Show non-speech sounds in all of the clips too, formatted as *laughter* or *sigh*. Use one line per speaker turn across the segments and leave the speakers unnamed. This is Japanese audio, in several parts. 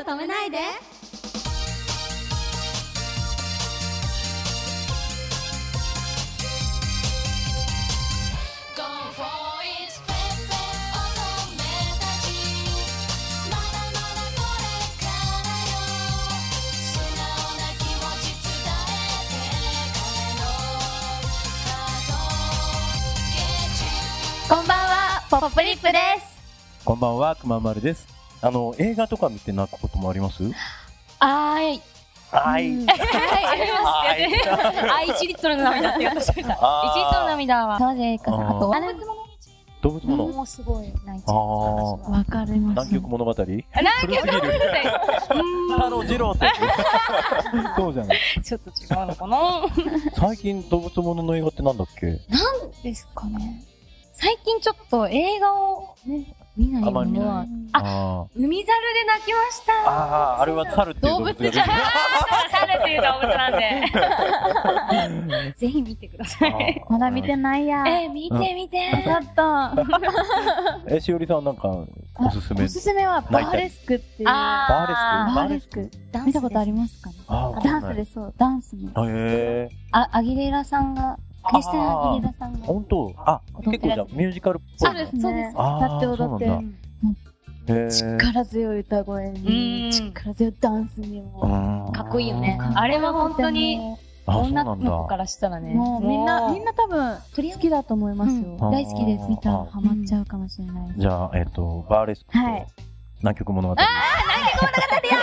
を止めないで
「ゴーフォーイッペッペ乙女たち」「まだまだこれからよ」「素直な気持ち伝えて彼のハート」「ゲチ
こんばんは、ポップリップです。
こんばんは、くままるです。あの、映画とか見て泣くこともあります
あーい。
はい。
*laughs* はい、
い。
あ、1リットルの涙って言わせた。1リットルの涙は、沢尻エリカさん、あと、
あ
あれ
動物もの。
もうすごい泣いちゃいます。
あー
私は
わかりま
南
す。
極物語古
あなんか
すぎる。あの、ジローって。そうじゃない。
ちょっと違うのかな
最近動物ものの映画ってなんだっけ
ですかね。最近ちょっと映画をね、見ないもの
あ
は
んまり、
あ、
あ
海猿で泣きました。
あ。ああ、あれは猿っていう動物 *laughs* が出てくる。
猿っていう動物なんで。ぜひ見てください。
あー
まだ見てないや。
えー、見て見て。
ちょっと、
え、しおりさんなんか、おすすめ
お。すすめはバーレスクっていう。バ
バ
あ
ー
ー
レ
レ
ス
ス
ク
ク。見たことありますかね
あー
ダンスで。そう、ダンスの。
わかんないへえ。
あ、アギレラさんが、クリスティアン・アギレラさんが。
本当あ、結構じゃあミュージカルっぽい。
そうですね。
そうです
あ
歌
ー
って踊っ
そうなん
て。
へえ。
力強い歌声
うん
に、力強いダンスにも。
か
かっこいいよね。
あ
あれは本当に、
あそう
女
なんだ
の子からしたらね。
もうみんな、みん
な、
な多分、好きだと思いますよ。
うん
大好きです。見たら
あー
ハマっちゃうかもしれない。
じゃあ、えっ、と、バーレスクと、
はい
南極物語。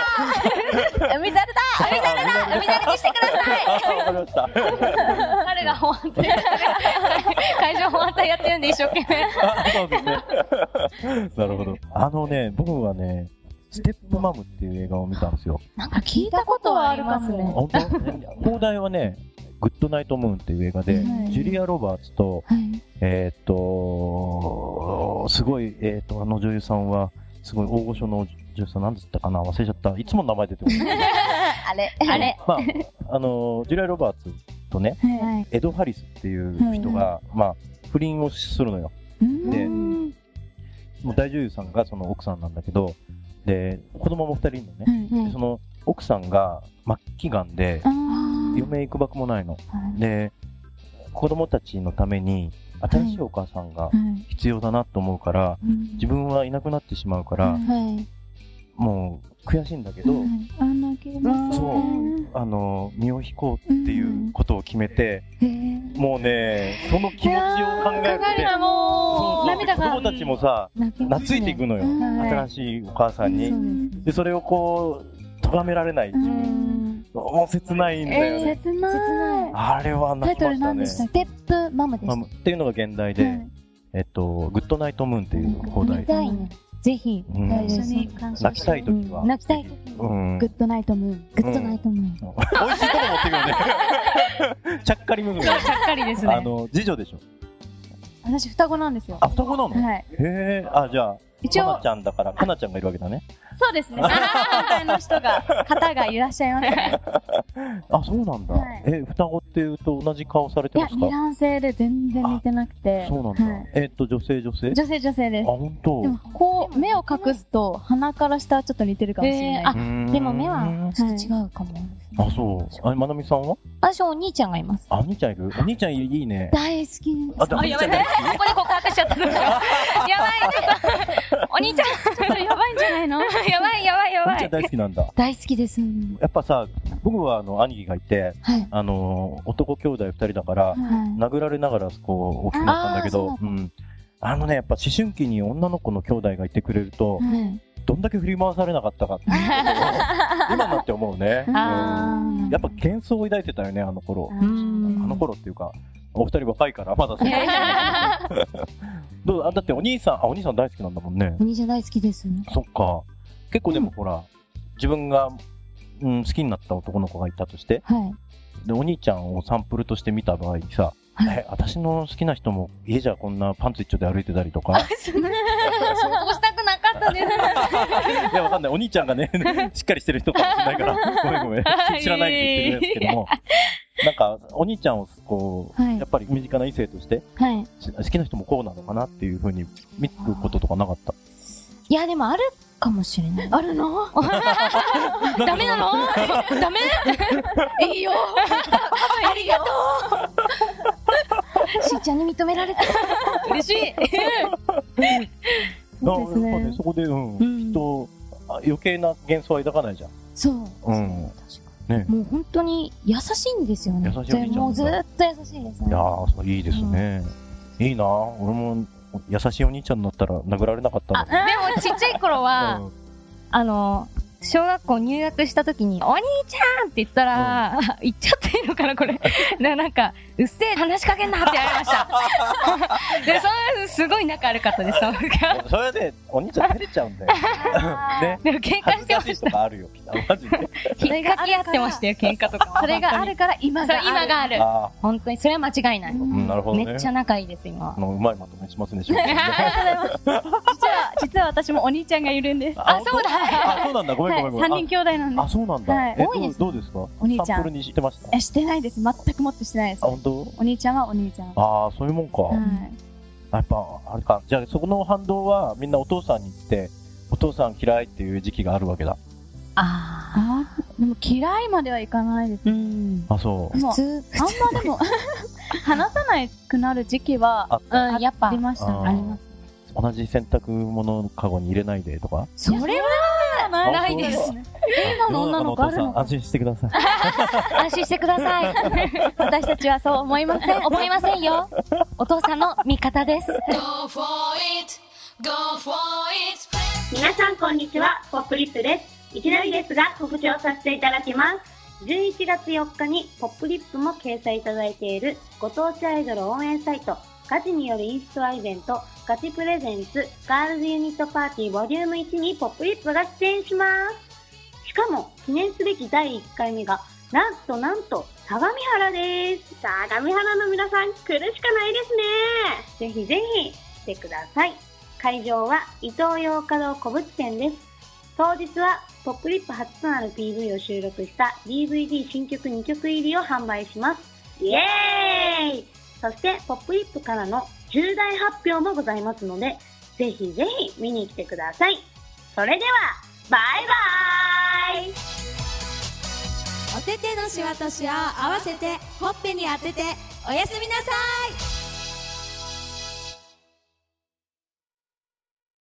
海猿だ海猿だ海猿にしてください
あ、わかりました。
彼が保安隊、会場保安隊やってるんで一生懸命。
あそうです
*laughs*
ね。なるほど。あのね、僕はね、ステップマムっていう映画を見たんですよ。
なんか聞いたことはありますね。
本当 *laughs* 放題はね、グッドナイトムーンっていう映画で、
はい
ジュリア・ロバーツと、
はい。
えっ、と、すごい、えっ、と、あの女優さんは、すごい大御所の女優さん、なんつったかな忘れちゃった。いつも名前出てこ *laughs* ない。
あれ。
あれ
*laughs* まあ、あの、ジュリア・ロバーツとね、
はい。
エド・ハリスっていう人が、まあ、不倫をするのよ。で
うん
もう大女優さんがその奥さんなんだけど、で、子供も二人いるの
は
ね。
い
でその奥さんが末期がんで
あ、ー
余命いくばくもないの。
はい
で、子供たちのために、新しいお母さんが
はい
必要だなと思うから、自分はいなくなってしまうから、
はい。
もう悔しいんだけど、
はいあんなきれます
そう
ね。
あの、身を引こうっていうことを決めて、もうね、その気持ちを考えるとね、
も
そうそう子供たちもさ、懐いていくのよ、
はい
新しいお母さんに。
に。
でそれをこう咎められない、
うん
もう切ないんだよね、
切ない。
あれは
タ
泣
イ
き
ト
ま
ル
した
何
ね
でしたステップマムで
ま
し
あっていうのが現代で、えっと「グッドナイトムーン」っていう放
た。
題
見、たいね。ぜひ、
うん
一緒に鑑賞
泣きたい時は、
うん泣きたい
ぜひ
時
うん、
グ
美
ッドナイトムーン。グッドナイトムーン。
*laughs* 味しいとこ持ってくる
*laughs*
ねちゃっかりムーン
そう、ちゃっかりです
あ
ね。
の次女でしょ
私、双子なんですよ。
あ双子なの、
はい。
へえあじゃあ
一
か
応
なち、ゃんだからかなちゃんがいるわけだね
そうですね。反対の人が、方がいらっしゃいますね。
あそうなんだ、
はい
え双子っていうと同じ顔されて
いや
ま、すか
二卵性で全然似てなくて。
そうなんだ、
はい
えっと女性女性
女性女性で
あ
す。
本当
でも、こう、目を隠すと、鼻から下はちょっと似てるかもしれ
えー
な
あ
い。
で
でも目はちょっと違うかも。
あ、そう。あれ、まなみさんは
私、お兄ちゃんがいます。
あ、お兄ちゃんいるお兄ちゃんいいね。
大好きです。
あ、やばいね。
ここで告白しちゃったのやばい、ちょっと。お兄ちゃん、ちょっとやばいんじゃないのやばい、やばい、や
お
ば
兄ちゃん
い。
大好きなんだ。
大好きです。
やっぱさ、僕はあの、兄貴がいて、
はい
あの、男兄弟二人だから、
はい。
殴られながら、こう、大きくなったんだけど
あー、
う
そ
ん。あのね、やっぱ思春期に女の子の兄弟がいてくれると、
はい。
どんだけ振り回されなかったかっていうことを今になって思うね。うん
あ
やっぱ幻想を抱いてたよね、あの頃。
ー
うん
あの頃っていうか、お二人若いから、まだそ
いやいや
う。どうあだってお兄さん、あ、お兄さん大好きなんだもんね
お。兄ちゃん大好きです。
そっか。結構でもほら、自分が、うん、好きになった男の子がいたとして、
はい。
で、お兄ちゃんをサンプルとして見た場合にさ、
は
え、私の好きな人も家じゃこんなパンツ一丁で歩いてたりとか、
想像したくなかったです。
いや、わかんない。お兄ちゃんがね、しっかりしてる人かもしれないから、ごめんごめん。知らないで言ってるんですけども、なんか、お兄ちゃんをこう、
はい
やっぱり身近な異性として、
はい。
し好きな人もこうなのかなっていうふうに見ることとかなかった。
いや、でもあるかもしれない。
あるのダメなのダメ
いいよありがとうしーちゃんに認められた。
嬉しい。
そうです
だからやっぱ
ね。
そこで、うん、
うん
きっと、あ余計な幻想は抱かないじゃん。
そう。
うん
そう確かに
ね
もう本当に優しいんですよね。
優しいお兄ちゃんなんだ
もうずーっと優しいです
い
ね
や。ー、そういいですね。いいな俺も、優しいお兄ちゃんになったら殴られなかった
あ、でもちっちゃい頃は、
のに。
あの、小学校入学した時に、お兄ちゃんって言ったら、言っちゃっていいのかな、これ。ななんか、うっせえ、話しかけんなって言われました。で、そう、すごい仲悪かったです、その時は
うんそれで、お兄ちゃん照れちゃうん
*laughs*
だよ。ね。
でも喧嘩し
恥ず
て
か
ま
しい
し
とかあるよ、きっ
*laughs*
と。マジで。
た。引っかき合ってましたよ、喧嘩とか。
それがある
から今
がある
今がある。
あ
本当に、それは間違いない。
あ、うんなるほどね。
めっちゃ仲いいです、今は
あ。のうまいまとめしますね、翔くんね
*laughs*
実は、実は私もお兄ちゃんがいるんです。
あ、そうだ。あ、そうなんだ。ごめん
は
ごめ
い
んごめん。
三人兄弟なんで
あ、そうなんだ。
はい
え、
多い
ど
です
う
ね
どうですか
お兄ちゃん
サンプルにしてました
す。え、してないです。全くもってしてないです
あ、。本当
お兄ちゃんはお兄ちゃん。は
ああ、そういうもんか。
い。
やっぱ、あれか。じゃあ、そこの反動はみんなお父さんに言って、お父さん嫌いっていう時期があるわけだ。
あ
あーでも嫌いまではいかないです。
ーうん。
あ、そう。
もう
普通、
あんまでも、
*laughs*
話さなくなる時期は
あっ
う
た。
ん、やっぱ
あり、ました。
あー
あります。
同じ洗濯物のカゴに入れないでとか。
それは
ない
ないです。
今の女の子ある
世
の
中お父さん、安心してください。
安心してくださ *laughs* い。
私たちはそう思い
*laughs*
ません。
思いませんよ。お父さんの味方です。
Go for it! Go for it!
皆さんこんにちはポップリップですいきなりですが告知をさせていただきます11月4日にポップリップも掲載いただいているご当地アイドル応援サイトガチによるインストアイベントガチプレゼンツガールズユニットパーティーボリューム1にポップリップが出演しますしかも記念すべき第1回目がなんとなんと相模原です相模原の皆さん来るしかないですねぜひぜひ来てください会場は伊東洋華堂小淵店です。当日はポップリップ初となる PV を収録した DVD 新曲2曲入りを販売します。イエーイそしてポップリップからの重大発表もございますので、ぜひぜひ見に来てください。それでは、バイバイ
お手手のシワとシワを合わせてほっぺに当てておやすみなさい